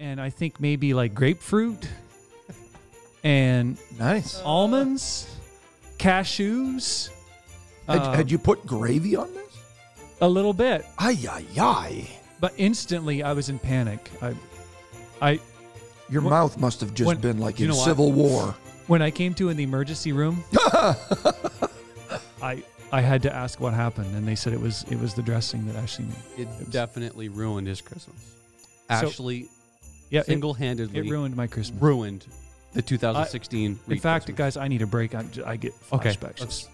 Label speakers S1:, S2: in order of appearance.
S1: and I think maybe like grapefruit and
S2: Nice.
S1: almonds, cashews,
S2: had,
S1: uh,
S2: had you put gravy on this?
S1: a little bit.
S2: Ay, ay, ay.
S1: But instantly, I was in panic. I, I
S2: Your
S1: What-
S2: mouth must have just
S1: when-
S2: been like
S1: you
S2: in
S1: know what?
S2: Civil War.
S1: when I came to in the emergency room, I I had to ask what happened, and they said it was it was the dressing that Ashley made.
S3: It
S1: was-
S3: definitely ruined his Christmas. Ashley
S1: Yeah, it-
S3: single-handedly
S1: it, ruined my Christmas.
S3: ruined the 2016.
S1: in
S3: Reed
S1: fact,
S3: Christmas.
S1: guys, I need a break. I'm j- I get
S3: Okay,
S1: flashbacks.
S3: let's-